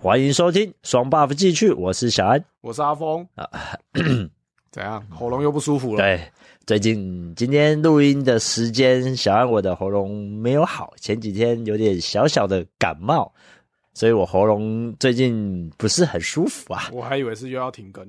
欢迎收听双 buff 继续，我是小安。我是阿峰啊， 怎样？喉咙又不舒服了？对，最近今天录音的时间，小安我的喉咙没有好，前几天有点小小的感冒，所以我喉咙最近不是很舒服 啊。我还以为是又要停更。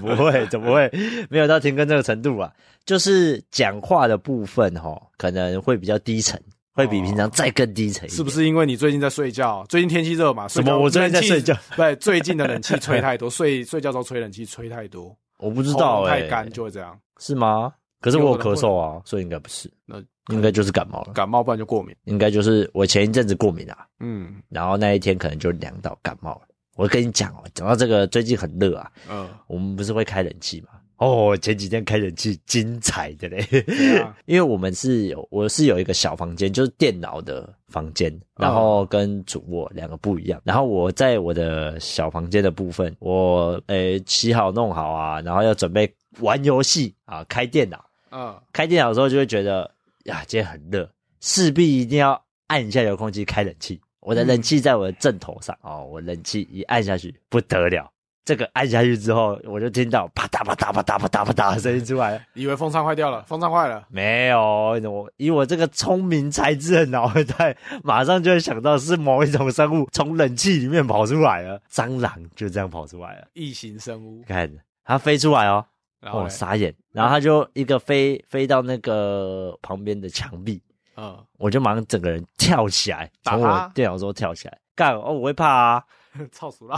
不会，怎么会没有到停更这个程度啊？就是讲话的部分哦，可能会比较低沉，会比平常再更低沉一点。是不是因为你最近在睡觉？最近天气热嘛？什么睡觉我最近在睡觉冷气对，最近的冷气吹太多，睡睡觉时候吹冷气吹太多，我不知道喉咙哎、太干就会这样，是吗？可是我有咳嗽啊，所以应该不是，那应该就是感冒了，感冒不然就过敏。应该就是我前一阵子过敏啊，嗯然后那一天可能就凉到感冒了。我跟你讲哦，讲到这个最近很热啊，呃，我们不是会开冷气吗？哦，前几天开冷气精彩的嘞， 样因为我们是有我是有一个小房间，就是电脑的房间，然后跟主卧两个不一样。然后我在我的小房间的部分，我呃洗好弄好啊，然后要准备玩游戏啊，开电脑。呃，开电脑的时候就会觉得呀，今天很热，势必一定要按一下遥控器开冷气。我的冷气在我的正头上、哦，我冷气一按下去不得了，这个按下去之后，我就听到啪嗒啪嗒啪嗒啪嗒啪嗒的声音出来了。以为风扇坏掉了，风扇坏了。没有，我以我这个聪明才智的脑袋，马上就会想到是某一种生物从冷气里面跑出来了，蟑螂就这样跑出来了。异形生物，看它飞出来哦，然哦后嘞，傻眼，然后它就一个飞飞到那个旁边的墙壁，嗯， 我就马上整个人跳起来，打它从我电脑桌跳起来，干哦，我会怕啊，操死 了，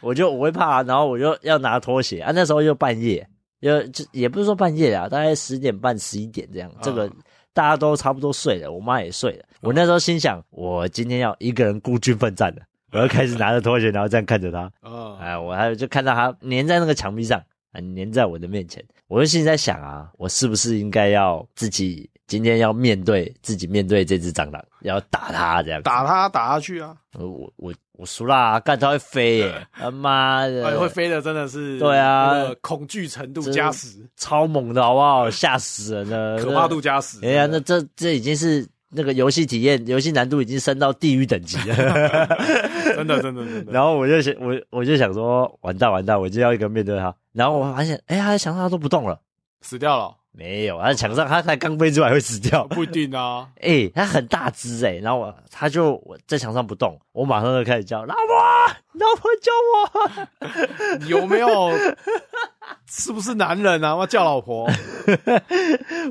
我就我会怕、啊，然后我就要拿拖鞋啊，那时候就半夜，就就也不是说半夜啊，大概十点半十一点这样，这个。大家都差不多睡了，我妈也睡了。我那时候心想，我今天要一个人孤军奋战了。我要开始拿着拖鞋，然后这样看着她。嗯，哎，我还有就看到她粘在那个墙壁上，啊，粘在我的面前。我就心里在想啊，我是不是应该要自己今天要面对自己面对这只蟑螂，要打它这样子？打它打下去啊，我我我我输啦，干它会飞耶！他妈的，哎，会飞的真的是对啊那个恐惧程度加十，超猛的好不好？吓死人了，可怕度加十。哎呀，真那的这这已经是那个游戏体验、游戏难度已经升到地狱等级了。 真的真的真的，然后我就想，我我就想说，完蛋完蛋，我就要一个面对它。然后我发现，哎、呀，他在墙上都不动了，死掉了没有，他在墙上，他才刚飞出来会死掉。 不一定啊。哎、他很大只哎、然后我他就我在墙上不动，我马上就开始叫老婆，老婆救我！ 你有没有？是不是男人 啊？我叫老婆，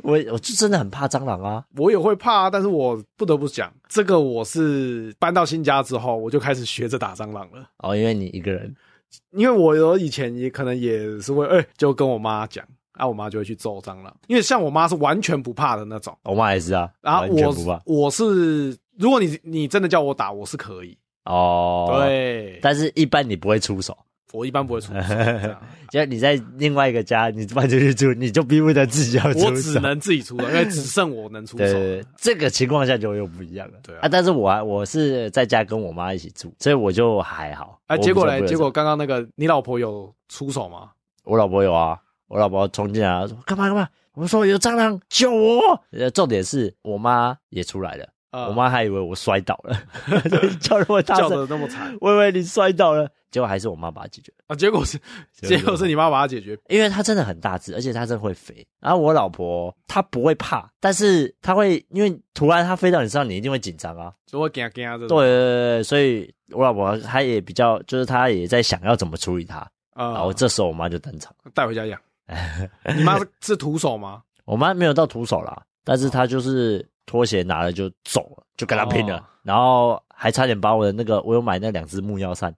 我我就真的很怕蟑螂啊，我也会怕，但是我不得不讲，这个我是搬到新家之后，我就开始学着打蟑螂了。哦，因为你一个人，因为我有以前也可能也是会，哎、就跟我妈讲，啊，我妈就会去揍蟑螂。因为像我妈是完全不怕的那种，我妈也是啊，然后完全不我怕我是，如果你你真的叫我打，我是可以，哦，，对，但是一般你不会出手，我一般不会出手，这样就你在另外一个家，你搬出去住，你就逼不得自己 要出手。我只能自己出手，因为只剩我能出对手。对对这个情况下就又不一样了。对啊啊，但是我还我是在家跟我妈一起住，所以我就还好。啊，我结果比较嘞，不会结果刚刚那个你老婆有出手吗？我老婆有啊，我老婆冲进来她说干嘛干嘛，我说有蟑螂救我。呃，重点是我妈也出来了，呃我妈还以为我摔倒了， 叫那么大叫声的，那么 惨我以为你摔倒了，结果还是我妈把它解决了。啊，结果是结结果果是你妈把它解决，因为它真的很大只，而且它真的会飞。然后我老婆她不会怕，但是她会因为突然它飞到你身上，你一定会紧张啊。就会给他给他对这种对对，对所以我老婆她也比较，就是她也在想要怎么处理它。然啊后，这时候我妈就登场，带回家养。你妈是是徒手吗？我妈没有到徒手啦，但哦是她就是拖鞋拿了就走了，就跟她拼了，哦然后还差点把我的那个我有买那两只木药扇，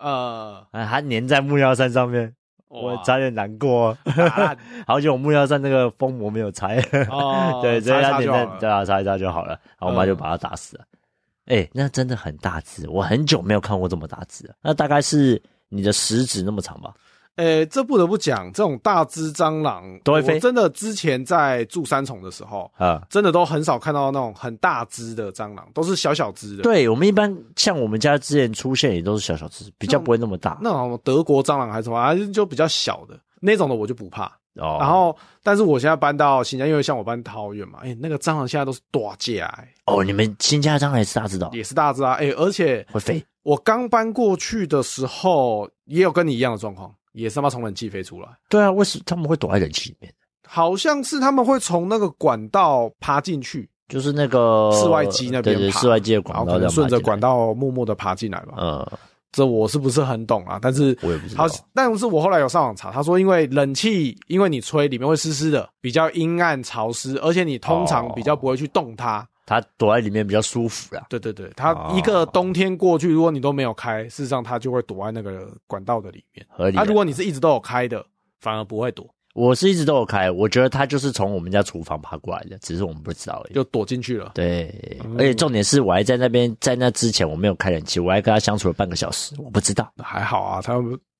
呃，啊，还粘在木药扇上面， 我哇差点难 过。哦 打烂好久我木药扇那个封膜没有拆。，哦对，所以擦它擦点就好在了嗯对啊，擦一擦就好了。然后我妈就把它打死了。哎、那真的很大只，我很久没有看过这么大只了。那大概是你的食指那么长吧？呃，这不得不讲，这种大只蟑螂都会飞我真的之前在住三重的时候，啊，真的都很少看到那种很大只的蟑螂，都是小小只的。，对，我们一般像我们家之前出现也都是小小只，比较不会那么大。那种德国蟑螂还是什么，还是就比较小的那种的，我就不怕。哦，然后，但是我现在搬到新疆，因为像我搬桃园嘛，哎、那个蟑螂现在都是大只、欸，哦，你们新家的蟑螂也是大只的哦、也是大只啊，哎、而且会飞我刚搬过去的时候，也有跟你一样的状况，也是他妈从冷气飞出来。对啊，为什么他们会躲在冷气里面？好像是他们会从那个管道爬进去，就是那个室外机那边对对，爬室外机的然管后可道这能样顺着爬进来管，道默默的爬进来吧。嗯，这我是不是很懂啊？但是我也不知道他，但是我后来有上网查，他说因为冷气，因为你吹里面会湿湿的，比较阴暗潮湿，而且你通常哦比较不会去动它。他躲在里面比较舒服啦。对对对，它哦一个冬天过去，如果你都没有开，事实上它就会躲在那个管道的里面。合理啊，啊。如果你是一直都有开的，反而不会躲，我是一直都有开，我觉得他就是从我们家厨房爬过来的，只是我们不知道而已。就嗯躲进去了。对，而且重点是我还在那边，在那之前我没有开冷气，我还跟他相处了半个小时，我不知道。 还好啊，它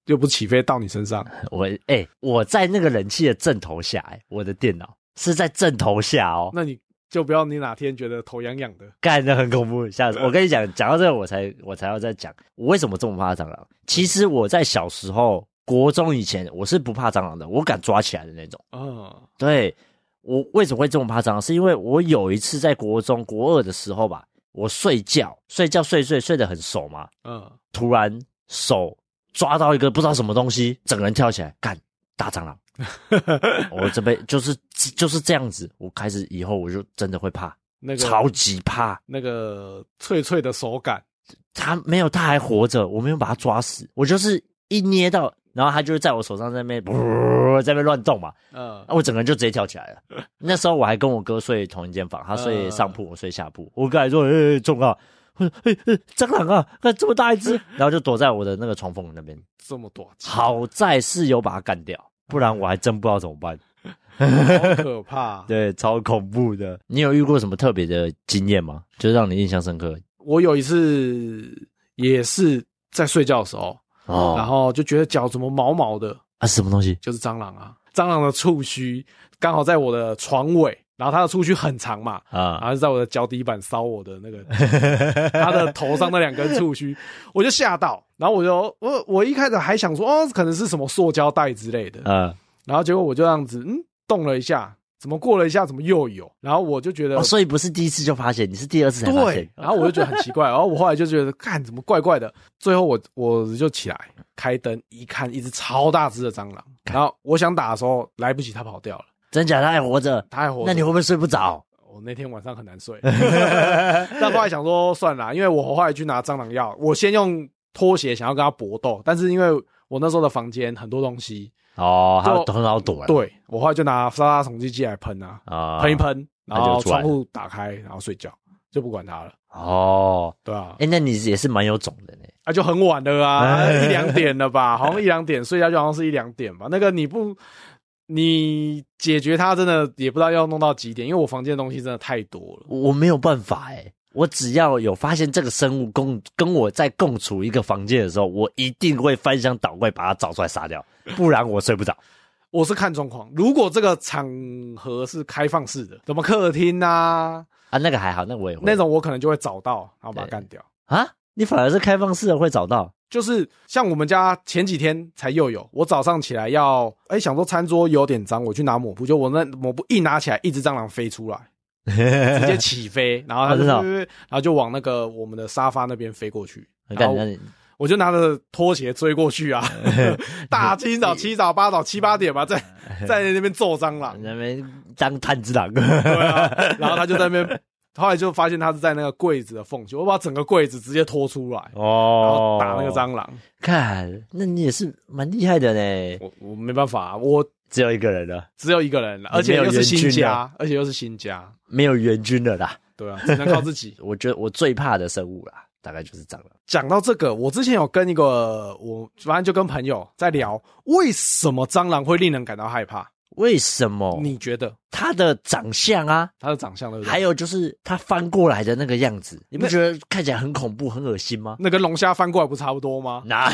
又不起飞到你身上。我哎、我在那个冷气的正头下、哎，我的电脑是在正头下哦，那你就不要你哪天觉得头痒痒的，干的很恐怖。下次我跟你讲，讲到这个我才我才要再讲，我为什么这么怕蟑螂？嗯其实我在小时候、国中以前，我是不怕蟑螂的，我敢抓起来的那种。嗯，对我为什么会这么怕蟑螂？是因为我有一次在国中国二的时候吧，我睡觉睡觉睡睡睡得很熟嘛，嗯，突然手抓到一个不知道什么东西，整个人跳起来，干大蟑 螂！我这辈就是就是这样子，我开始以后我就真的会怕，那个超级怕。那个脆脆的手感，他没有，他还活着，我没有把他抓死，我就是一捏到，然后他就在我手上在 那边，在那边乱动嘛，嗯啊，我整个人就直接跳起来 了。那时候我还跟我哥睡同一间房，他睡上铺，我睡下铺。我哥还说：“哎、欸，中啊，我说欸欸蟑螂啊，看这么大一只。” 然后就躲在我的那个床缝那边。这么 多，好在室友把它干掉，不然我还真不知道怎么办。好可怕。对，超恐怖的。你有遇过什么特别的经验吗？就是让你印象深刻我有一次也是在睡觉的时候，哦？然后就觉得脚怎么毛毛的，啊，什么东西？就是蟑螂啊，蟑螂的触须刚好在我的床尾，然后它的触须很长嘛，然啊，后就在我的脚底板烧我 的那个，它的头上那两根触须，我就吓到，然后我就我我一开始还想说哦，可能是什么塑胶袋之类的，呃，然后结果我就这样子嗯动了一下，怎么过了一下，怎么又有，然后我就觉得哦，所以不是第一次就发现，你是第二次才发对现，。然后我就觉得很奇怪， 然后我后来就觉得，看怎么怪怪的。最后我我就起来开灯一看，一只超大只的蟑 螂。然后我想打的时候来不及，它跑掉了，真假？他还活着，它还活着。那你会不会睡不着？我那天晚上很难睡。 但后来想说算了，因为我后来去拿蟑螂药，我先用拖鞋想要跟它搏斗，但是因为我那时候的房间很多东西，哦，还有就很好躲啊。对我后来就拿杀杀虫剂剂来喷啊，啊，喷一喷，然那后就出来窗户打开，然后睡觉，就不管它了。哦，对啊哎、，那你也是蛮有种的呢。啊，就很晚了啊，哎一两点了吧？ 好像一两点睡觉，就好像是一两点吧。那个你不，你解决它真的也不知道要弄到几点，因为我房间的东西真的太多了。我没有办法哎、我只要有发现这个生物共跟我在共处一个房间的时候，我一定会翻箱倒柜把它找出来杀掉，不然我睡不着。我是看状况，如果这个场合是开放式的，什么客厅啊啊，那个还好，那个我也会那种，我可能就会找到，然后把它对干掉。啊，你反而是开放式的会找到就是像我们家前几天才又有，我早上起来要，哎、想说餐桌有点脏，我去拿抹布，就我那抹布一拿起来，一只蟑螂飞 出来，直接起飞，然后它就、啊真的哦然后就往那个我们的沙发那边飞过去，你然看后那你我就拿着拖鞋追过 去啊，大清早七早八早七八点吧，在在那边揍蟑螂你，那边当探知郎， 对啊，然后他就在那边，后来就发现他是在那个柜子的缝隙，我把整个柜子直接拖出来，然后哦打那个。蟑螂，看，那你也是蛮厉害的呢，我我没办法、啊我只有一个人了，只有一个人了，而且又是你没有新援军家啊，而且又是新家，没有援军了啦。。对啊，只能靠自己我觉得我最怕的生物啦，大概就是蟑螂。 讲到这个，我之前有跟一个我反正就跟朋友在聊，为什么蟑螂会令人感到害怕？为什么？你觉得它的长相啊，它的长相对不对？还有就是它翻过来的那个样子，你不觉得看起来很恐怖、很恶心吗？那跟龙虾翻过来不差不多 吗？哪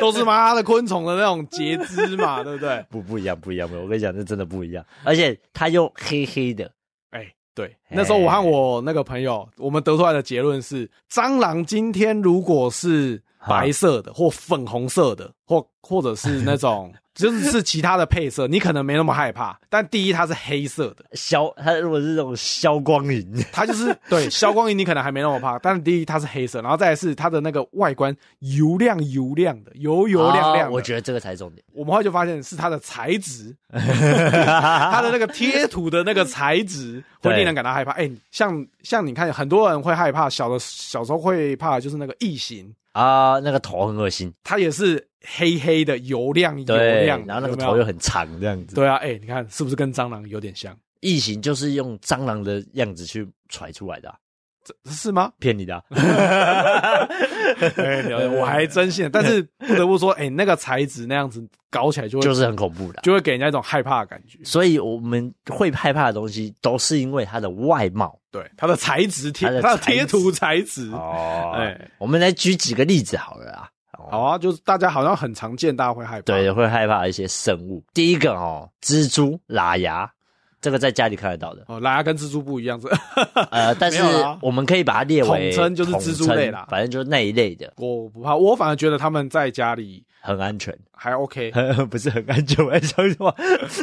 都是妈的昆虫的那种截肢嘛，对不对？不不一样，不一样，不一样我跟你讲，这真的不一样。而且它又黑黑的，哎、对，那时候我和我那个朋友，我们得出来的结论是，蟑螂今天如果是白色的，或粉红色的，或或者是那种就是是其他的配色，你可能没那么害怕。但第一，它是黑色的，消，它如果是这种消光银，它就是对消光银，你可能还没那么怕。但是第一，它是黑色，然后再来是它的那个外观油亮油亮的，油油亮亮的。啊我觉得这个才是重点。我们后来就发现是它的材 质，它的那个贴图的那个材质会令人感到害怕。哎、像像你看，很多人会害怕，小的小时候会怕的就是那个异形，啊，那个头很恶心，它也是黑黑的、油亮油对，亮的，然后那个有没头有又很长这样子。对啊，哎、你看是不是跟蟑螂有点像？异形就是用蟑螂的样子去揣出来的啊、是 吗？骗你的啊、 哎、我还真信，但是不得不说，哎、那个材质那样子搞起来就会就是很恐怖的啊、就会给人家一种害怕的感觉。所以我们会害怕的东西，都是因为它的外貌。对，它的材质贴它的，它的材质贴图材质。哦哎我们来举几个例子好了啊。好啊，就是大家好像很常见，大家会害怕。。对，会害怕一些生物。第一个哦，蜘蛛、喇牙，这个在家里看得到的哦，拉牙跟蜘蛛不 一样是，呃，但是没有啦我们可以把它列为统称就是蜘蛛类啦统称反正就是那一类的，我不怕，我反而觉得他们在家里很安全，还 OK。 不是很安全。我在说什么？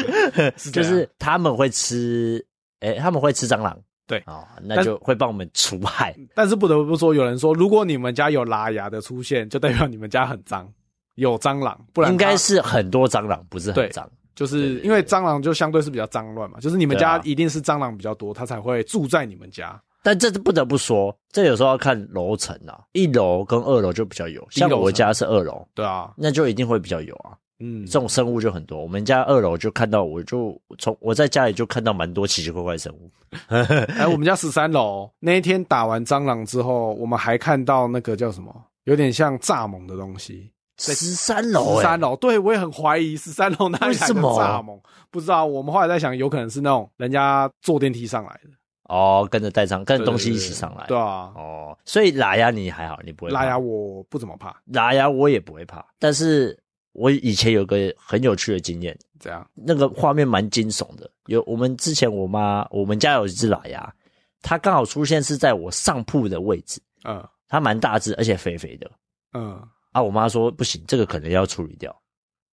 这就样是他们会吃，诶、他们会吃蟑螂。对哦，那就会帮我们除害。但是不得不说，有人说，如果你们家有拉牙的出现，就代表你们家很脏，有蟑螂，不然应该它是很多蟑螂，不是很对脏。就是对因为蟑螂就相对是比较脏乱嘛，就是你们家对啊一定是蟑螂比较多，它才会住在你们家。但这不得不说，这有时候要看楼层啊，一楼跟二楼就比较有。像一楼我层家是二楼，对啊，那就一定会比较有啊。嗯这，种生物就很多。我们家二楼就看到，我就从我在家里就看到蛮多奇奇怪怪的生物。哎，我们家十三楼那一天打完蟑螂之后，我们还看到那个叫什么，有点像蚱蜢的东西。十三楼、欸，十三楼，对我也很怀疑十三楼哪里来为什的么蚱蜢，不知道。我们后来在想，有可能是那种人家坐电梯上来的，哦，跟着带上，跟着东西一起上来。对啊，哦，所以喇牙你还好，你不会怕拉牙，我不怎么怕，喇牙我也不会怕。但是我以前有个很有趣的经验，这样那个画面蛮惊悚的。有我们之前我妈，我们家有一只喇牙，它刚好出现是在我上铺的位置，嗯它蛮大只，而且肥肥的。嗯，啊，我妈说不行，这个可能要处理掉。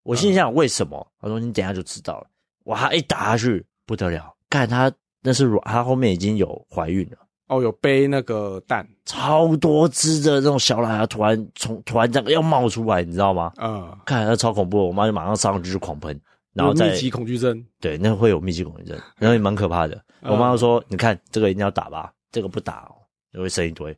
我心里想为什么？她说你等一下就知道了。哇，一打下去不得了，看她那是卵，她后面已经有怀孕了，哦，有背那个蛋，超多只的那种小喇牙突然从突然这样要冒出来，你知道吗？嗯，看那超恐怖的，我妈就马上上去就狂喷，然后有再密集恐惧症，对，那会有密集恐惧症，然后也蛮可怕的。嗯我妈就说：“你看这个一定要打吧，这个不打哦，就会生一堆。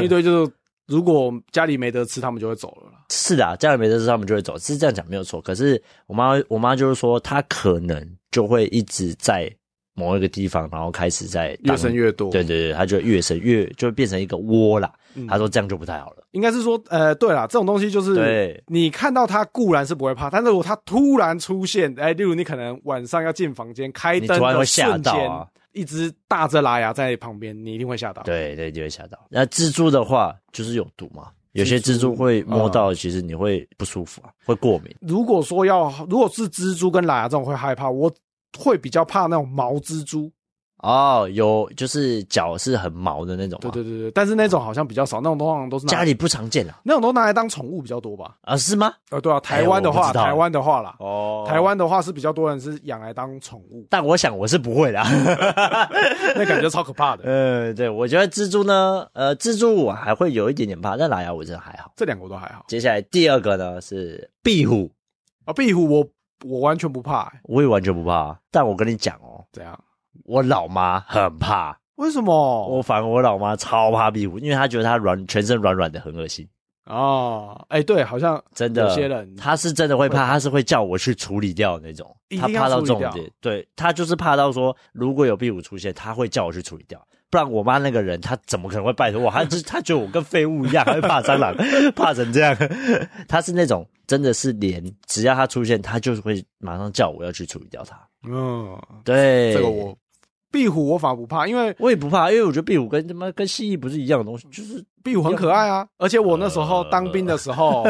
一堆就是如果家里没得吃，他们就会走了啦”。是的啊，家里没得吃，他们就会走，是这样讲没有错。可是我妈，我妈就是说，她可能就会一直在某一个地方，然后开始在 当越生越多，对对对，她就越生越就会变成一个窝啦。嗯她说这样就不太好了。应该是说，呃，对啦，这种东西就是对，你看到它固然是不会怕，但是如果它突然出现，哎、例如你可能晚上要进房间开你灯突然的会吓瞬到间，啊一只大只拉牙在旁边，你一定会吓到。，对对，就会吓到。那蜘蛛的话，就是有毒嘛。有些蜘蜘蛛蛛嗯会摸到，其实你会不舒服啊，会过敏。如果说要，如果是蜘蛛跟拉牙这种会害怕，我会比较怕那种毛蜘蛛。哦，有就是脚是很毛的那种对吗，对对对，但是那种好像比较少，那种通常都是拿家里不常见啊。那种都拿来当宠物比较多吧？啊，是吗？呃，对啊，台湾的我不话，知道台湾的话啦，哦，台，湾的话是比较多人是养来当宠物 但我想我是不会的啊。那感觉超可怕 的。呃，对，我觉得蜘蛛呢，呃，蜘蛛我还会有一点点怕，但蓝牙我真的还好。这两个我都还好接下来第二个呢是壁虎，啊，壁虎我我完全不怕、欸，我也完全不怕。啊但我跟你讲哦，怎样？我老妈很怕，为什么？我反而我老妈超怕壁虎，因为她觉得它软，全身软软的，很恶心。哦，哎、对，好像真的，有些人他是真的会怕，他是会叫我去处理掉的那种一，他定要怕到这种处理掉点，对他就是怕到说，如果有壁虎出现，他会叫我去处理掉，不然我妈那个人，她怎么可能会拜托我？她就她觉得我跟废物一样，还会怕蟑螂， 怕成这样，她是那种真的是连只要他出现，他就是会马上叫我要去处理掉他。嗯，对，这个我。壁虎我反而不怕，因为我也不怕，因为我觉得壁虎跟他妈跟蜥蜴不是一样的东西，就是壁虎很可爱啊。而且我那时候当兵的时 候，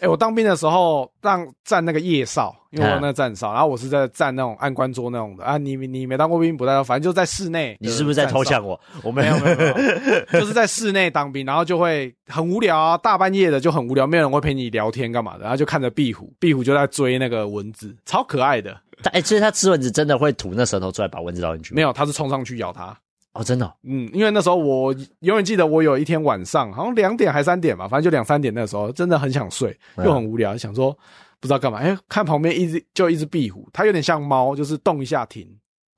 哎，我当兵的时候让站那个夜哨，因为我那个站哨，然后我是在站那种按关桌那种的啊。你你没当过兵不代表，反正就在室内。你是不是在偷抢我？我没没有有，没有，没有就是在室内当兵，然后就会很无聊啊，大半夜的就很无聊，没有人会陪你聊天干嘛的，然后就看着壁虎，壁虎就在追那个蚊子，超可爱的。它哎，其实它吃蚊子真的会吐那舌头出来把蚊子倒进去吗，没有，它是冲上去咬它。哦，真的哦嗯，因为那时候我永远记得，我有一天晚上好像两点还三点吧，反正就两三点那时候，真的很想睡，嗯又很无聊，想说不知道干嘛。哎、看旁边一只就一只壁虎，它有点像猫，就是动一下停，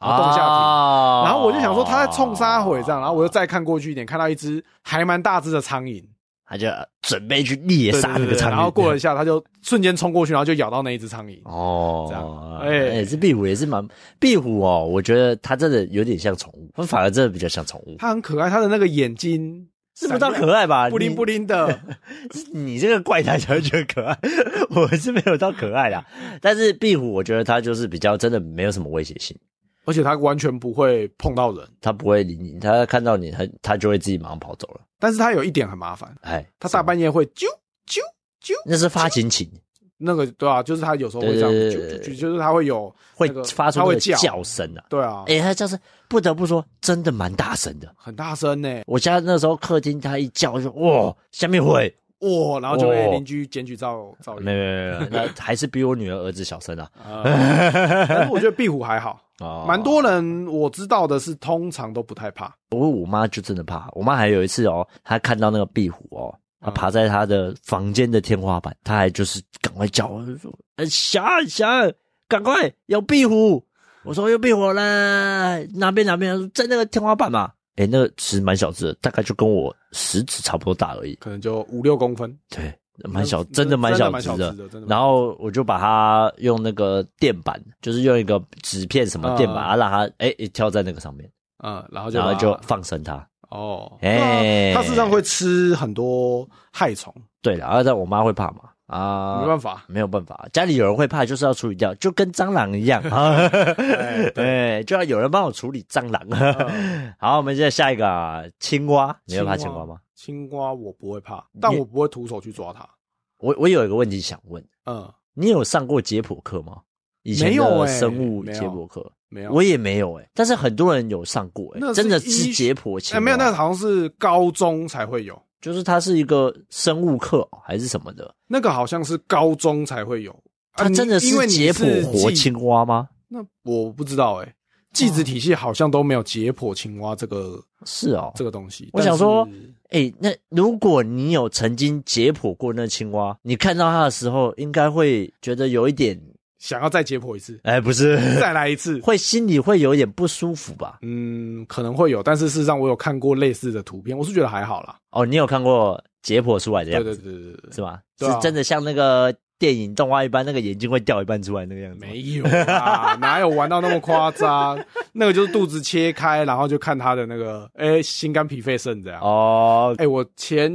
然后动一下停，哦然后我就想说它在冲杀回这样，然后我又再看过去一点，看到一只还蛮大只的苍蝇，他就准备去猎对杀对那个对苍蝇，然后过了一下，它就瞬间冲过去，然后就咬到那一只苍蝇。哦，这样哎、哎这壁虎也是蛮壁虎哦，我觉得它真的有点像宠物，它反而真的比较像宠物，它很可爱，它的那个眼睛是不到可爱吧？不灵不灵，灵的，你这个怪胎才会觉得可爱，我是没有到可爱啦。但是壁虎，我觉得它就是比较真的没有什么威胁性，而且它完全不会碰到人。它不会理你，它看到你，它它就会自己马上跑走了。但是它有一点很麻烦，哎，它大半夜会啾啾啾，那是发情期，那个对啊，就是它有时候会这样对啾对对啾啾，就是它会有会那个发出它那会个叫叫声啊。对啊，哎、它叫声不得不说真的蛮大声的。很大声呢，我家那时候客厅，它一叫就哇，下面会。哇，然后就被哦邻居检举噪噪没音。有没有没有，那还是比我女儿儿子小声 啊。啊但是我觉得壁虎还好，哦蛮。多人我知道的是通常都不太怕。我我妈就真的怕，我妈还有一次哦，她看到那个壁虎哦，她嗯爬在她的房间的天花板，她还就是赶快叫我就说：“呃，小二小二，赶快有壁虎！”我说：“有壁虎啦，哪边哪边？”她说在那个天花板嘛。哎，那个其实蛮小只的，大概就跟我食指差不多大而已。可能就五六公分，对，蛮小，真真的蛮真的小蛮只小的只的真的蛮小只。然后我就把它用那个垫板，就是用一个纸片什么垫板，嗯啊，让它哎一跳在那个上面，嗯，然后就然后把它就放生它。哦，哎对啊它事实上会吃很多害虫，对了，然后但我妈会怕嘛啊，没办法，没有办法，家里有人会怕，就是要处理掉，就跟蟑螂 一样啊，哎 对，就要有人帮我处理蟑螂。 好，我们现在下一个啊青蛙，你会怕青蛙吗？？啊青蛙我不会怕，但我不会徒手去抓它。我我有一个问题想问，嗯，你有上过解剖课吗？以前没有的欸生物没有解剖课，没有，我也没有哎、但是很多人有上过哎、那是真的医吃解剖哎前、啊没有，那好像是高中才会有，就是它是一个生物课哦还是什么的，那个好像是高中才会有。啊它真的你因是为你解剖活记青蛙吗？那我不知道哎、欸，寄子体系好像都没有解剖青蛙这个是哦，这个东西。我想说但是哎、那如果你有曾经解剖过那青蛙，你看到它的时候，应该会觉得有一点，想要再解剖一次，哎、不是，再来一 次，会心里会有一点不舒服吧？嗯，可能会有，但是事实上我有看过类似的图片，我是觉得还好啦。哦，你有看过解剖出来的对样对子对对对是对，吗？对啊是真的像那个电影动画一般，那个眼睛会掉一半出来那个样子吗？没有啦，哪有玩到那么夸张？那个就是肚子切开，然后就看他的那个，哎、心肝脾肺肾这样。哎、哦，我前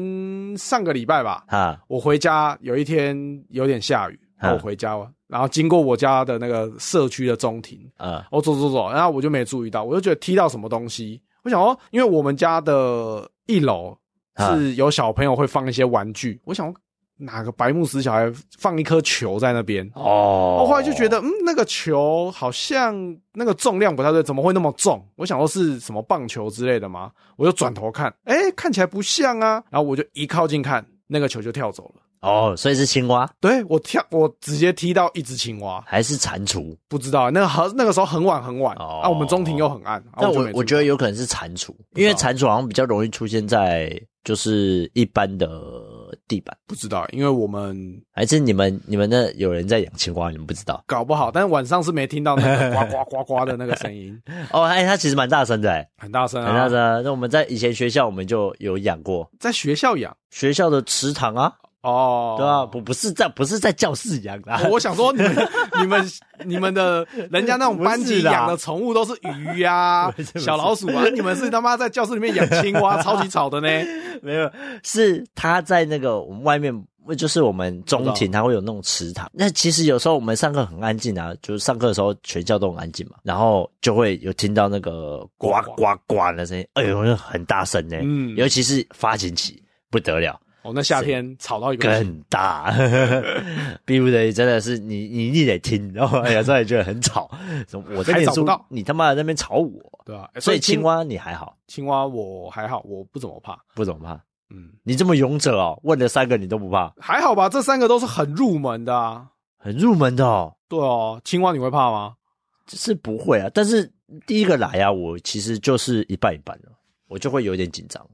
上个礼拜吧，哈，我回家有一天有点下雨，啊然后我回家，然后经过我家的那个社区的中庭，呃，我走走走，然后我就没注意到，我就觉得踢到什么东西。我想哦，因为我们家的一楼啊是有小朋友会放一些玩具，我想哦哪个白目死小孩放一颗球在那边。哦我后来就觉得，嗯，那个球好像那个重量不太对，怎么会那么重？我想说哦是什么棒球之类的吗？我就转头看，哎、看起来不像啊。然后我就一靠近看，那个球就跳走了。哦，所以是青蛙对我跳，我直接踢到一只青蛙，还是蟾蜍？不知道那个好，那个时候很晚很晚、哦啊，我们中庭又很暗，啊但就我没注我意觉得有可能是蟾蜍，因为蟾蜍好像比较容易出现在就是一般的地板，不知道，因为我们还是你们你们那有人在养青蛙，你们不知道？搞不好，但晚上是没听到那个呱呱呱呱的那个声音，哦，哎，它其实蛮大声的，哎，很大声啊， 很大声啊。那我们在以前学校我们就有养过。在学校养学校的池塘啊，哦，对啊，不不是在不是在教室养的啊、 我想说你们你们你们的人家那种班不级是啦养的宠物都是鱼啊、 小老鼠啊，你们是他妈在教室里面养青蛙，超级吵的呢。没有，是他在那个我们外面，就是我们中庭它会有那种池塘，那其实有时候我们上课很安静啊，就是上课的时候全校都很安静嘛，然后就会有听到那个呱呱呱的声音，哎呦，那很大声呢、嗯尤其是发情期不得了，哦，那夏天吵到一 个更大，逼不得已真的是你你你得听，然后哎呀，这也觉得很吵，我在还念找不书到，哎你他妈在那边吵我，对吧、所以青青蛙你还好，青蛙我还好，我不怎么怕，不怎么怕，嗯，你这么勇者哦，问了三个你都不怕，还好吧。这三个都是很入门的啊。很入门的哦。对哦，青蛙你会怕吗？是不会啊，但是第一个来啊，我其实就是一半一半了，我就会有点紧张，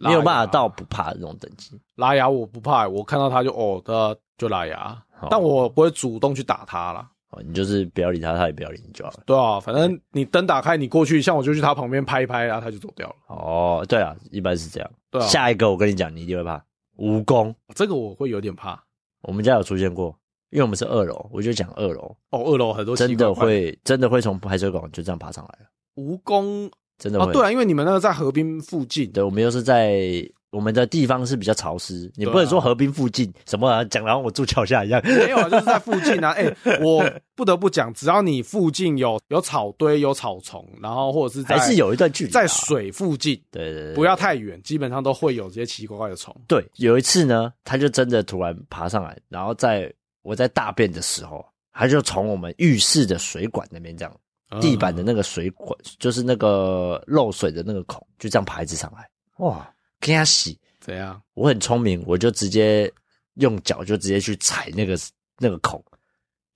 没有办法到不怕的那种等级。拉牙，我不怕，我看到它就哦的就拉牙好，但我不会主动去打它啦。哦，你就是不要理他，他也不要理你就好了。对啊，反正你灯打开，你过去，像我就去它旁边拍一拍，然后它就走掉了。哦，对啊，一般是这样。对啊，下一个我跟你讲，你一定会怕蜈蚣。这个我会有点怕。我们家有出现过，因为我们是二楼，我就讲二楼哦，二楼很多奇真怪的怪会真的会从排水管就这样爬上来了，蜈蚣真的会。哦，对啊，因为你们那个在河滨 附近，对我们又是在我们的地方是比较潮湿，你对啊不能说河滨附近什么啊讲，然后我住桥 下一样。没有啊，就是在附近啊。哎、我不得不讲，只要你附近有有草堆、有草丛，然后或者是在还是有一段距离、啊，在水附近，对对对，不要太远，基本上都会有这些奇奇怪怪的虫。对，有一次呢，他就真的突然爬上来，然后在我在大便的时候，他就从我们浴室的水管那边这样，啊地板的嗯那个水管，就是那个漏水的那个孔，就这样爬一直上来。哇，跟他洗，怎样？我很聪明，我就直接用脚就直接去踩那个那个孔，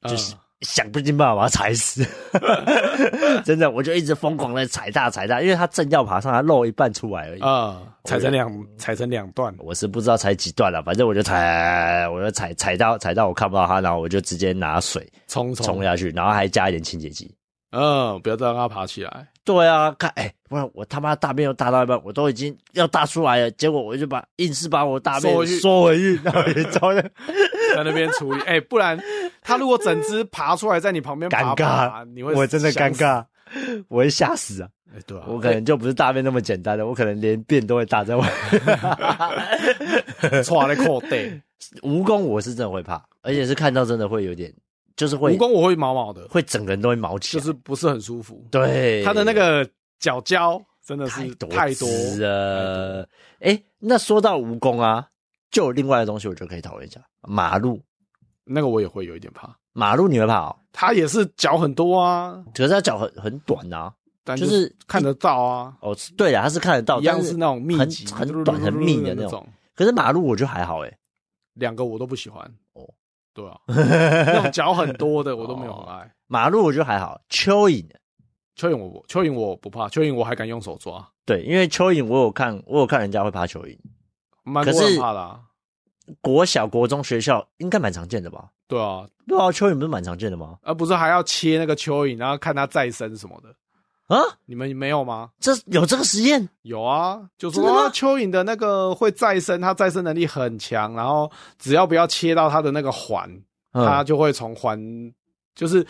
就是嗯想不尽办法把它踩死。 真的，我就一直疯狂的踩大踩大，因为他正要爬上来，漏一半出来而已。啊，踩成两踩成两段，我是不知道踩几段了，反正我就踩，我就踩踩到踩到我看不到它，然后我就直接拿水冲冲冲，下去，然后还加一点清洁剂。嗯，不要再让它爬起来。对啊，看，哎、不然我他妈大便又大到一半，我都已经要大出来了，结果我就把硬是把我大便缩回去缩回去，然后也糟了，在那边 处理，哎、不然它如果整只爬出来在你旁边爬尴爬，尬，你会我真的尴想死。尬，我会吓死啊！哎、对啊，我可能就不是大便那么简单的，我可能连便都会大 在外。抓在扣对，蜈蚣我是真的会怕，而且是看到真的会有点，就是会蜈蚣我会毛毛的，会整个人都会毛起就来，是不是很舒服。对它的那个脚胶真的太是多太多只了。哎、那说到蜈蚣啊，就有另外的东西，我就可以讨论一下马路。那个我也会有一点怕。马路你会怕哦，它也是脚很多啊，可是它脚很很短呐、但就是看得到啊，哦，是对的，它是看得到，一样但是那种密很集、很短、很密的那那种。。可是马路我就还好哎、两个我都不喜欢。哦哦，对啊，那种脚很多的我都没有很爱。马路我就还好。蚯蚓，蚯蚓我不蚯蚓我不怕，蚯蚓我还敢用手抓，对，因为蚯蚓我有看，我有看人家会爬蚯蚓。蛮可多是人怕的、啊。国小、国中学校应该蛮常见的吧？对啊，对啊，蚯蚓不是蛮常见的吗？而不是还要切那个蚯蚓，然后看它再生什么的。啊，你们没有吗？这有这个实验？有啊，就说真的吗啊蚯蚓的那个会再生，它再生能力很强，然后只要不要切到它的那个环，嗯它就会从环，就是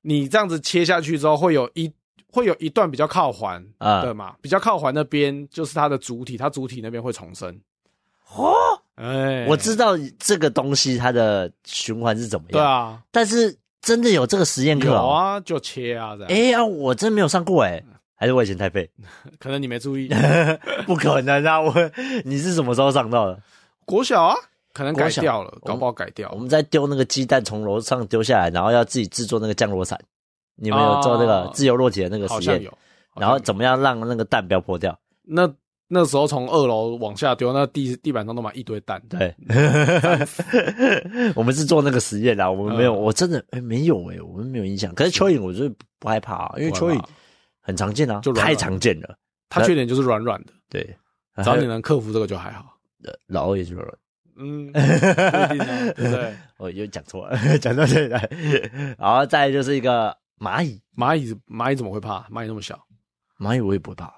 你这样子切下去之后，会有一会有一段比较靠环啊的嘛，比较靠环那边就是它的主体，它主体那边会重生。哦，哎，我知道这个东西它的循环是怎么样，对，啊，但是真的有这个实验课有哦？啊，就切啊，这哎样。呀、啊我真没有上过哎、还是我以前太 废？可能你没 注意，不可能啊！我你是什么时候上到的？国小啊，可能国改小掉了，我们搞不好改掉我。们在丢那个鸡蛋从楼上丢下来，然后要自己制作那个降落伞。你们有做那个哦自由落体的那个好实像验有，，好像然后有怎么样让那个蛋不要破掉？那那时候从二楼往下丢，那地地板上都满一堆蛋。 对， 我们是做那个实验啦，我们没有，嗯我真的哎、没有哎、我们没有印象。可是蚯蚓，我就是不害怕啊，因为不蚯害蚓怕很常见啊，就软太软常见了。它缺点就是软软的，对，只要还你有能克服这个就还好。呃老二也是软软。嗯，不一定哦对不对？我又讲错了， 讲到这里来，然后再来就是一个蚂蚁， 蚂蚁蚂蚁怎么会怕？蚂蚁那么小，蚂蚁我也不会怕，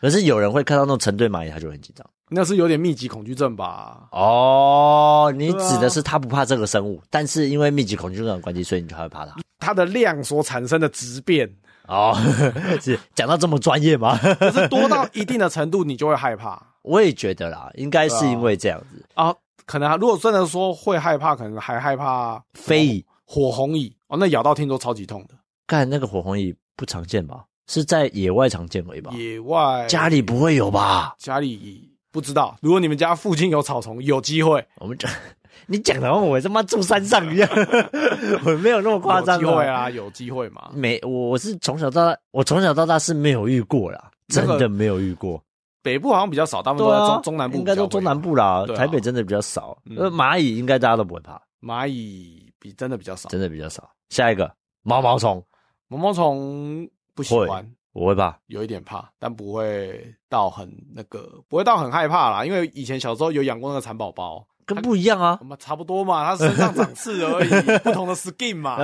可是有人会看到那种成对蚂蚁，他就会很紧张。那是有点密集恐惧症吧？哦，你对啊指的是他不怕这个生物，但是因为密集恐惧症的关系，所以你就还会怕它。它的量所产生的质变，哦， 是讲到这么专业吗？ 可是多到一定的程度，你就会害怕我也觉得啦，应该是因为这样子。啊。可能如果真的说会害怕，可能还害怕飞蚁，火红蚁哦，那咬到听说超级痛的。干那个火红蚁不常见吧？是在野外常见而已吧？野外家里不会有吧？家里不知道，如果你们家附近有草丛，有机会，我们讲， 你讲的话我他妈住山上一样， 我没有那么夸张有机会啊。啊，有机会嘛。没，我我是从小到大，我从小到大是没有遇过啦，那真个的没有遇过。北部好像比较少，大部分对都在啊，中中南部，应该都中南。部啦，对啊台北真的比较少。嗯呃，蚂蚁应该大家都不会怕，蚂蚁比真的比较少，真的比较少。下一个毛毛虫，毛毛虫不喜欢，我会怕。有一点怕，但不会到很那个，不会到很害怕啦。因为以前小时候有养过那个蚕宝宝，跟不一样 啊他！妈差不多嘛，它身上长刺 而已，不同的 skin 嘛，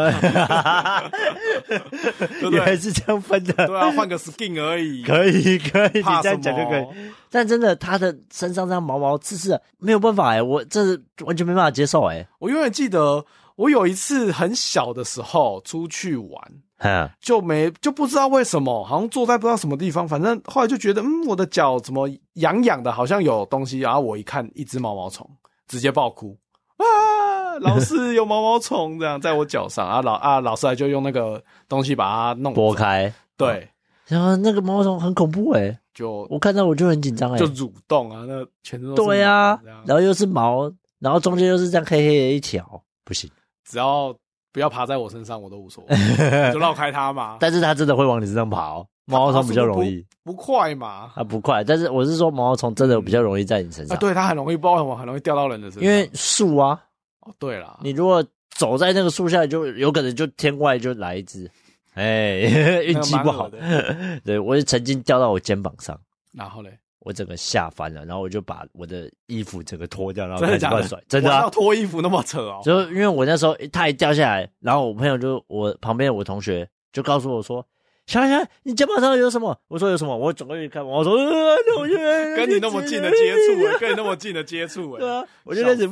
不对原来是这样分的，对啊，换个 skin 而已。可以可以，你怕这什样讲就可以。么？但真的，它的身上这样毛毛刺刺的，没有办法哎、我这是完全没办法接受哎、我永远记得，我有一次很小的时候出去玩，欸。就没就不知道为什么，好像坐在不知道什么地方，反正后来就觉得，嗯，我的脚怎么痒痒的，好像有东西。然后我一看，一只毛毛虫，直接爆哭 啊！老师有毛毛虫，这样在我脚上啊，老啊老师还就用那个东西把它弄拨走，开，对，然后那个毛毛虫很恐怖哎、就我看到我就很紧张哎就。蠕动啊，那全身都是对啊毛这样，然后又是毛，然后中间又是这样黑黑的一条，不行。只要不要爬在我身上，我都无所谓， 就绕开它嘛。但是它真的会往你身上跑，毛毛虫比较容易，不快嘛？它不快。但是我是说毛毛虫真的比较容易在你身啊，上，对，它很容易不知道为什么很容易掉到人的身上。因为树啊，哦，对啦，你如果走在那个树下，就有可能就天外就来一只，哎，运气不好那个蛮恶。对我也曾经掉到我肩膀上，然后嘞，我整个吓翻了，然后我就把我的衣服整个脱掉，然后真的开始假的乱甩，真的啊要脱衣服那么扯哦，就因为我那时候它一掉下来，然后我朋友就我旁边我同学就告诉我说：“小安小安，你肩膀上有什么？”我说：“有什么？”我转过去看，我说：“呃，那我就跟你那么近的接触、欸，跟你那么近的接触、啊 对欸，啊，我就开始，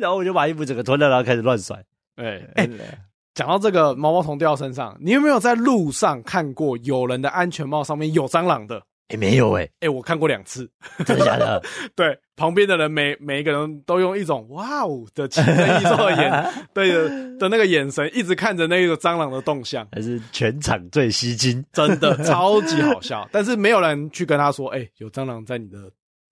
然后我就把衣服整个脱掉，然后开始乱甩。哎哎、讲到这个毛毛虫掉到身上，你有没有在路上看过有人的安全帽上面有蟑螂的？哎，没有哎，哎、我看过两次，真的假的？哎对，旁边的人每每一个人都用一种“哇哦”的奇异兽的 眼，对的的那个眼神，一直看着那个蟑螂的动向，还是全场最吸睛？真 的超级好笑。但是没有人去跟他说：“哎、有蟑螂在你的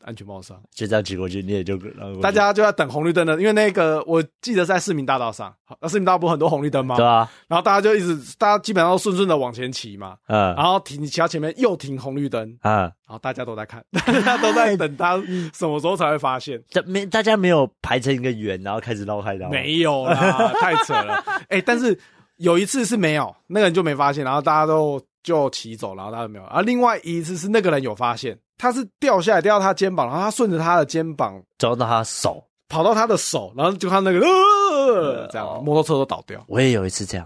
安全帽上。”就这样举过去，你也就让我大家就要等红绿灯了，因为那个我记得在市民大道上，那市民大道不是很多红绿灯吗？对啊，然后大家就一直，大家基本上都顺顺的往前骑嘛，嗯然后停骑到前面又停红绿灯，啊，然后大家都在看， 大家都在等他什么时候才会 发现。这没大家没有排成一个圆，然后开始绕开的，没有啦，太扯了。哎、但是有一次是没有，那个人就没发现，然后大家都就骑走，然后大家都没有。而啊另外一次是那个人有发现，他是掉下来掉到他肩膀，然后他顺着他的肩膀抓到他手。跑到他的手，然后就看那个呃，这哦样摩托车都倒掉，我也有一次这样。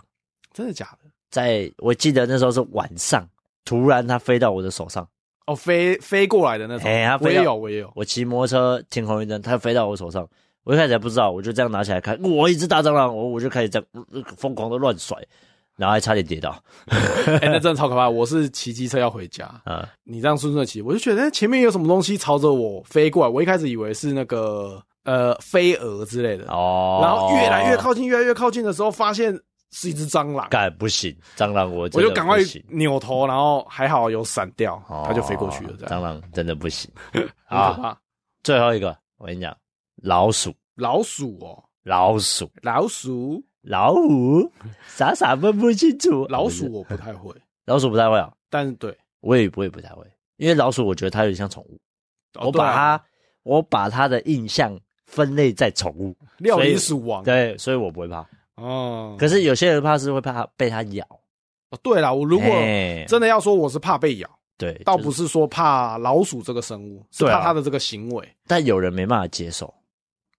真的假的？在我记得那时候是晚上，突然它飞到我的手上，哦，飞飞过来的那种，哎它我飞到也有，我也有，我骑摩托车停红绿灯，它飞到我手上，我一开始还不知道，我就这样拿起来看，我一只大蟑螂，我我就开始这样呃疯狂的乱甩，然后还差点跌倒，哎、那真的超可怕。我是骑机车要回家，嗯你这样顺顺的骑，我就觉得哎前面有什么东西朝着我飞过来，我一开始以为是那个呃飞蛾之类的，哦，然后越来越，靠近，越来越靠近的时候，发现是一只蟑螂，干不行，蟑螂我我真的就赶快不行扭头，然后还好有闪掉，哦它就飞过去了，这样蟑螂真的不 行很可啊！怕。最后一个，我跟你讲，老鼠，老鼠哦，老鼠，老鼠，老虎，傻傻分不清楚，老鼠，我不太会，老鼠不太会啊，但是对，我也我也不太会，因为老鼠我觉得它有点像宠物。哦我对把啊它，我把它的印象分类在宠物，料所以理鼠王，对，所以我不会怕。哦，可是有些人怕是会怕被它咬。哦对啦，我如果哎真的要说，我是怕被咬，对，倒就不是说怕老鼠这个生物，是对啊怕它的这个行为。但有人没办法接受，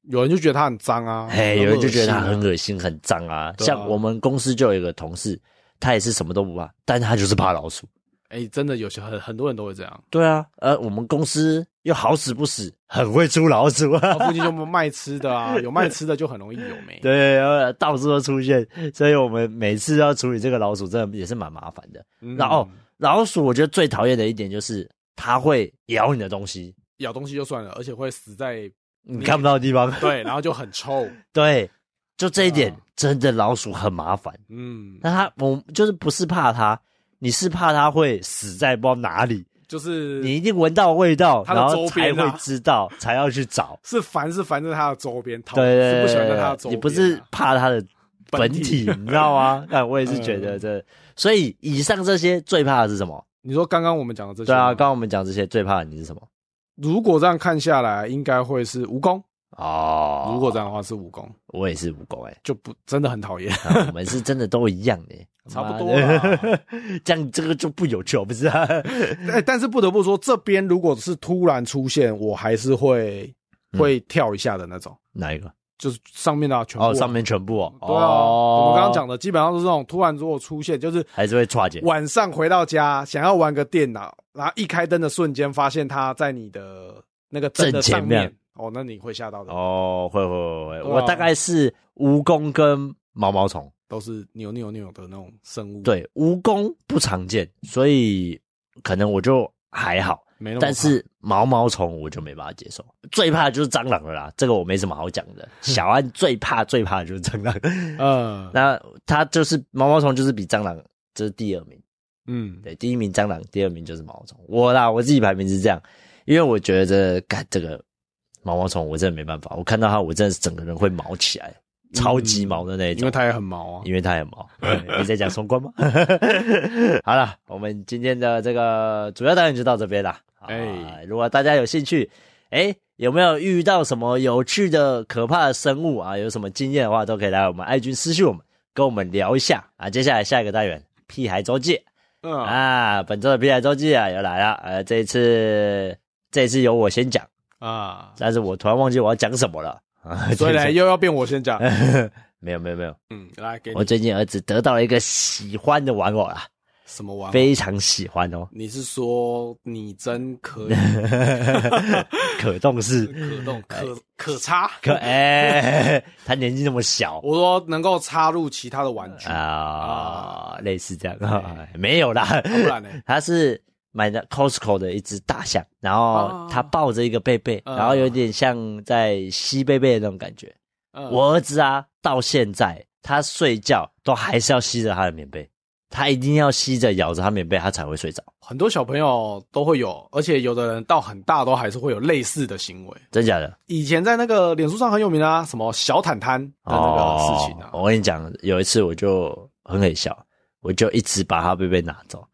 有人就觉得它很脏啊，哎，很有人就觉得它恶心啊很恶心、很脏啊。对啊像我们公司就有一个同事，他也是什么都不怕，但他就是怕老鼠。哎，真的有些很很多人都会这样。 对啊，呃，我们公司又好死不死，很会出老鼠啊。它附近就卖吃的啊，有卖吃的就很容易有没。 对，呃到处都出现，所以我们每次要处理这个老鼠，真的也是蛮麻烦的。嗯然后老鼠，我觉得最讨厌的一点就是它会咬你的东西。咬东西就算了，而且会死在你看不到的地方。对，然后就很臭， 对，就这一点啊，真的老鼠很麻烦。嗯，那它，我就是不是怕它，你是怕它会死在不知道哪里，就是你一定闻到味道，它的然后周才边啊会知道，才要去找。是烦是烦在它的周边，讨对对是对不喜欢对在它对的周边啊、你不是怕它的本 本体体，你知道吗？ 那我也是觉得嗯这，所以以上这些最怕的是什么？你说刚刚我们讲的这些对啊，吗，刚刚我们讲这些最怕的你是什么？如果这样看下来，应该会是蜈蚣。哦，如果这样的话是蜈蚣，我也是蜈蚣哎、就不真的很讨厌。啊 我们是真的都一样哎、差不妈多的。 这样这个就不有趣，我不是、 啊？哎，但是不得不说，这边如果是突然出现，我还是会嗯会跳一下的那种，哪一个？就是上面的啊全部哦，上面全部哦。对啊，哦、我们刚刚讲的基本上都是那种突然如果出现，就是还是会跨界。晚上回到家想要玩个电脑，然后一开灯的瞬间发现它在你的那个灯的正前上面面，哦，那你会吓到的，哦，会会会会，对啊我大概是蜈蚣跟毛毛虫。都是扭扭扭的那种生物，，对，蜈蚣不常见，所以可能我就还好，没那么怕但是毛毛虫我就没办法接受。最怕的就是蟑螂了啦，这个我没什么好讲 的。小安最怕最怕的就是蟑螂， 呃，那它就是毛毛虫，就是比蟑螂这、是第二名。嗯，对，第一名蟑螂，第二名就是毛毛虫。我啦，我自己排名是这样，因为我觉得干这个毛毛虫，我真的没办法，我看到它，我真的是整个人会毛起来，超级毛的那一因种。为它也很毛啊，因为它很 毛。你在讲松关吗？ 好了，我们今天的这个主要单元就到这边啦。啊哎如果大家有兴趣，哎、有没有遇到什么有趣的、可怕的生物啊？有什么经验的话，都可以来我们爱军私讯我们，跟我们聊一下啊。接下来下一个单元，屁孩周记。嗯啊，本周的屁孩周记啊又来了，呃，这一次这一次由我先讲， 啊，但是我突然忘记我要讲什么了啊， 所以呢，这一又要变我先讲，次 没有没有没有，嗯，来给哎我你最近儿子得到了一个喜欢的玩偶啦，什么玩？非常喜欢哦， 你是说你真可以可动式可动可可插？ 可哎，他年纪那么小我说能够插入其他的玩具，啊啊，类似这样啊， 没有啦，哎不然呢？ 他是买的 Costco 的一只大象，然后哦他抱着一个贝贝，嗯然后有点像在吸贝贝的那种感觉。嗯我儿子啊，到现在他睡觉都还是要吸着他的棉被，他一定要吸着咬着他棉被，他才会睡着。很多小朋友都会有，而且有的人到很大都还是会有类似的行为。真假的？以前在那个脸书上很有名啊，什么小坦坦的那个事情啊，哦我跟你讲，有一次我就很可笑，我就一直把他贝贝拿走，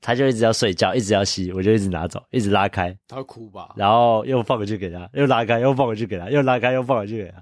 他就一直要睡觉，一直要吸，我就一直拿走，一直拉开，他会 哭吧？然后又放回去给他，又拉开，又放回去给他，又拉开，又放回去给他。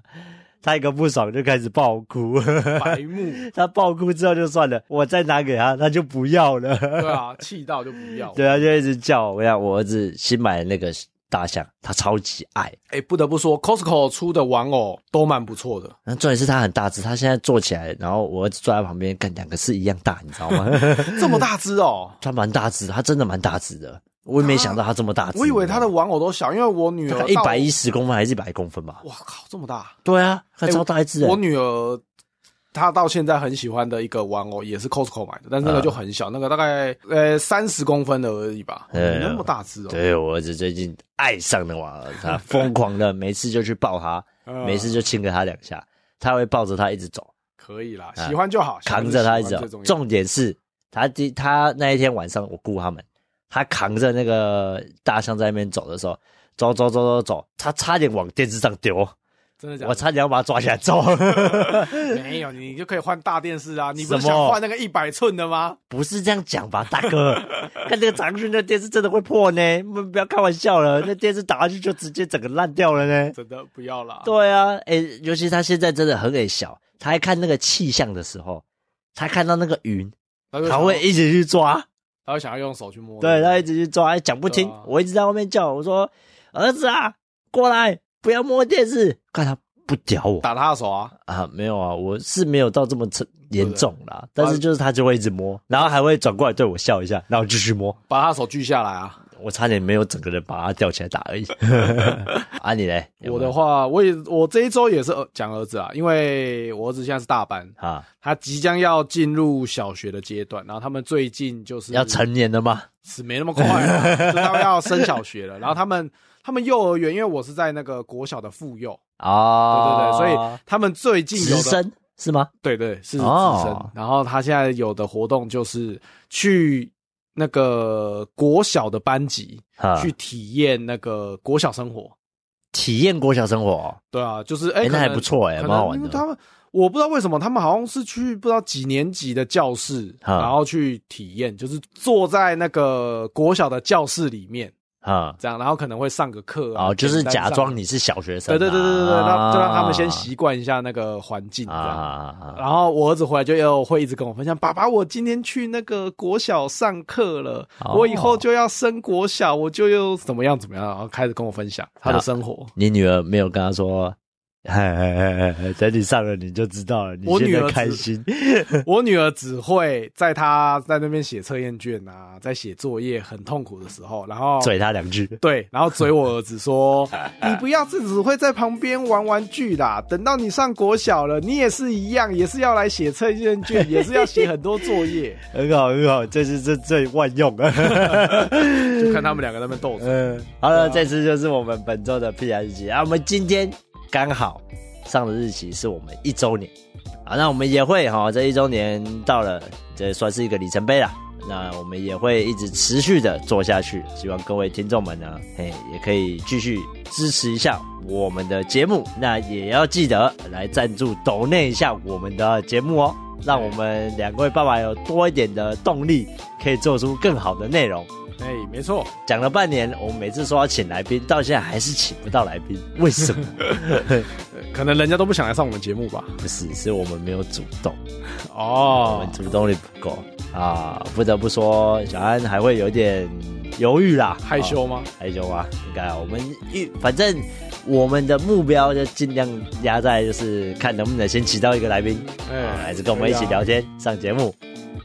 他一个不爽就开始爆哭， 白目，他爆哭之后就算了，我再拿给他，他就不要了。对啊，气到就不要。对，啊，就一直叫。我想我儿子新买的那个大象，他超级爱。哎，不得不说，Costco 出的玩偶都蛮不错的。那重点是他很大只，他现在坐起来，然后我儿子坐在旁边，跟两个是一样大，你知道吗？ 这么大只哦！他蛮大只的，他真的蛮大只的。我也没想到他这么大只。我以为他的玩偶都小，因为我女儿啊一百一一，十公分还是一百公分吧？哇靠，这么大！对啊，他哎超大一只、欸我女儿她到现在很喜欢的一个玩偶也是 Costco 买的，但是啊那个就很小，那个大概呃三十公分的而已吧，呃没那么大只哦。对我儿子最近爱上了娃儿，他疯狂的每次就去抱他， 嗯每次就亲了他两下，他会抱着他一直走，可以啦，喜欢就好，啊扛着他一直喜欢走最。重要重点是他第他那一天晚上我雇他们，他扛着那个大象在那边走的时候，走走走走走，他差点往电视上丢，真的假我的？差点要把他抓起来揍。没有，你就可以换大电视啊！你不是什么想换那个一百寸的吗？ 不是这样讲吧，大哥？ 看这个长去，那电视真的会破呢，不要开玩笑了，那电视打下去就直接整个烂掉了呢。真的不要啦。对啊，诶、尤其他现在真的很给小，他还看那个气象的时候，他看到那个云，他他想要会一直去抓，他会想要用手去摸。对，不他一直去抓，哎还讲不听。对啊我一直在外面叫，我说：“儿子啊，过来，不要摸电视。”看他不屌我打他的手啊，啊，没有啊，我是没有到这么沉严重啦，对但是就是他就会一直摸，然后还会转过来对我笑一下，然后继续摸。把他的手锯下来啊！我差点没有整个人把他吊起来打而 已。啊，你嘞？有我没有的话，我也我这一周也是呃讲儿子啊，因为我儿子现在是大班，啊，他即将要进入小学的阶段，然后他们最近就是要成年了吗？ 是没那么快、啊，就大概要升小学了。然后他们他们幼儿园，因为我是在那个国小的妇幼，对哦，对对，所以他们最近有直的，升是吗？对对是直升。哦然后他现在有的活动就是去那个国小的班级啊，去体验那个国小生活。体验国小生活哦，对啊，就是哎、哎，可那还能不错哎，可蛮好能玩因为的他们我不知道为什么，他们好像是去不知道几年级的教室，哈然后去体验，就是坐在那个国小的教室里面啊。这样，然后可能会上个课啊，哦，就是简单上假装你是小学生啊，对对对对对对，让啊就让他们先习惯一下那个环境这啊样。啊啊然后我儿子回来就又会一直跟我分享，爸爸，我今天去那个国小上课了，哦我以后就要升国小，我就又怎么样怎么样，然后开始跟我分享他的生活。你女儿没有跟她说，嗨嗨嗨嗨，等你上了你就知道了，你我现女在儿只开 心我女儿只会在她在那边写测验卷啊，在写作业很痛苦的时候，然后嘴她两句，对，然后嘴我儿子 说：“你不要是只会在旁边玩玩具啦，等到你上国小了，你也是一样，也是要来写测验卷，也是要写很多作 业。很好很好，这是这最万用。”就看他们两个在那边斗嘴。嗯，好了，这次就是我们本周的 P R 日期啊。我们今天刚好上的日期是我们一周年啊，那我们也会哈，这一周年到了，这算是一个里程碑啦。那我们也会一直持续的做下去，希望各位听众们呢，嘿，也可以继续支持一下我们的节目，那也要记得来赞助、抖内一下我们的节目哦，让我们两位爸爸有多一点的动力，可以做出更好的内容。哎、没错，讲了半年，我每次说要请来宾，到现在还是请不到来宾，为什 么？可能人家都不想来上我们节目吧？不是，是我们没有主动，我哦们，主动力不够啊。不得不说，小安还会有点犹豫啦，害羞啊吗？害羞啊，应该啊我们一反正我们的目标就尽量压在就是看能不能先请到一个来宾，哎、啊，还是跟我们一起对啊聊天、上节目，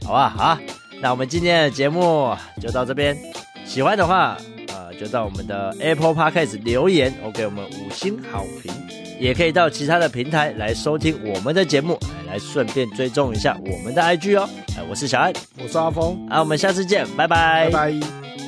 好吧？好啊，那我们今天的节目就到这边。喜欢的话，呃，就到我们的 Apple Podcast 留言，我给我们五星好评，也可以到其他的平台来收听我们的节目，来来顺便追踪一下我们的 IG 哦。哎、我是小安，我是阿峰，啊，我们下次见，拜拜拜。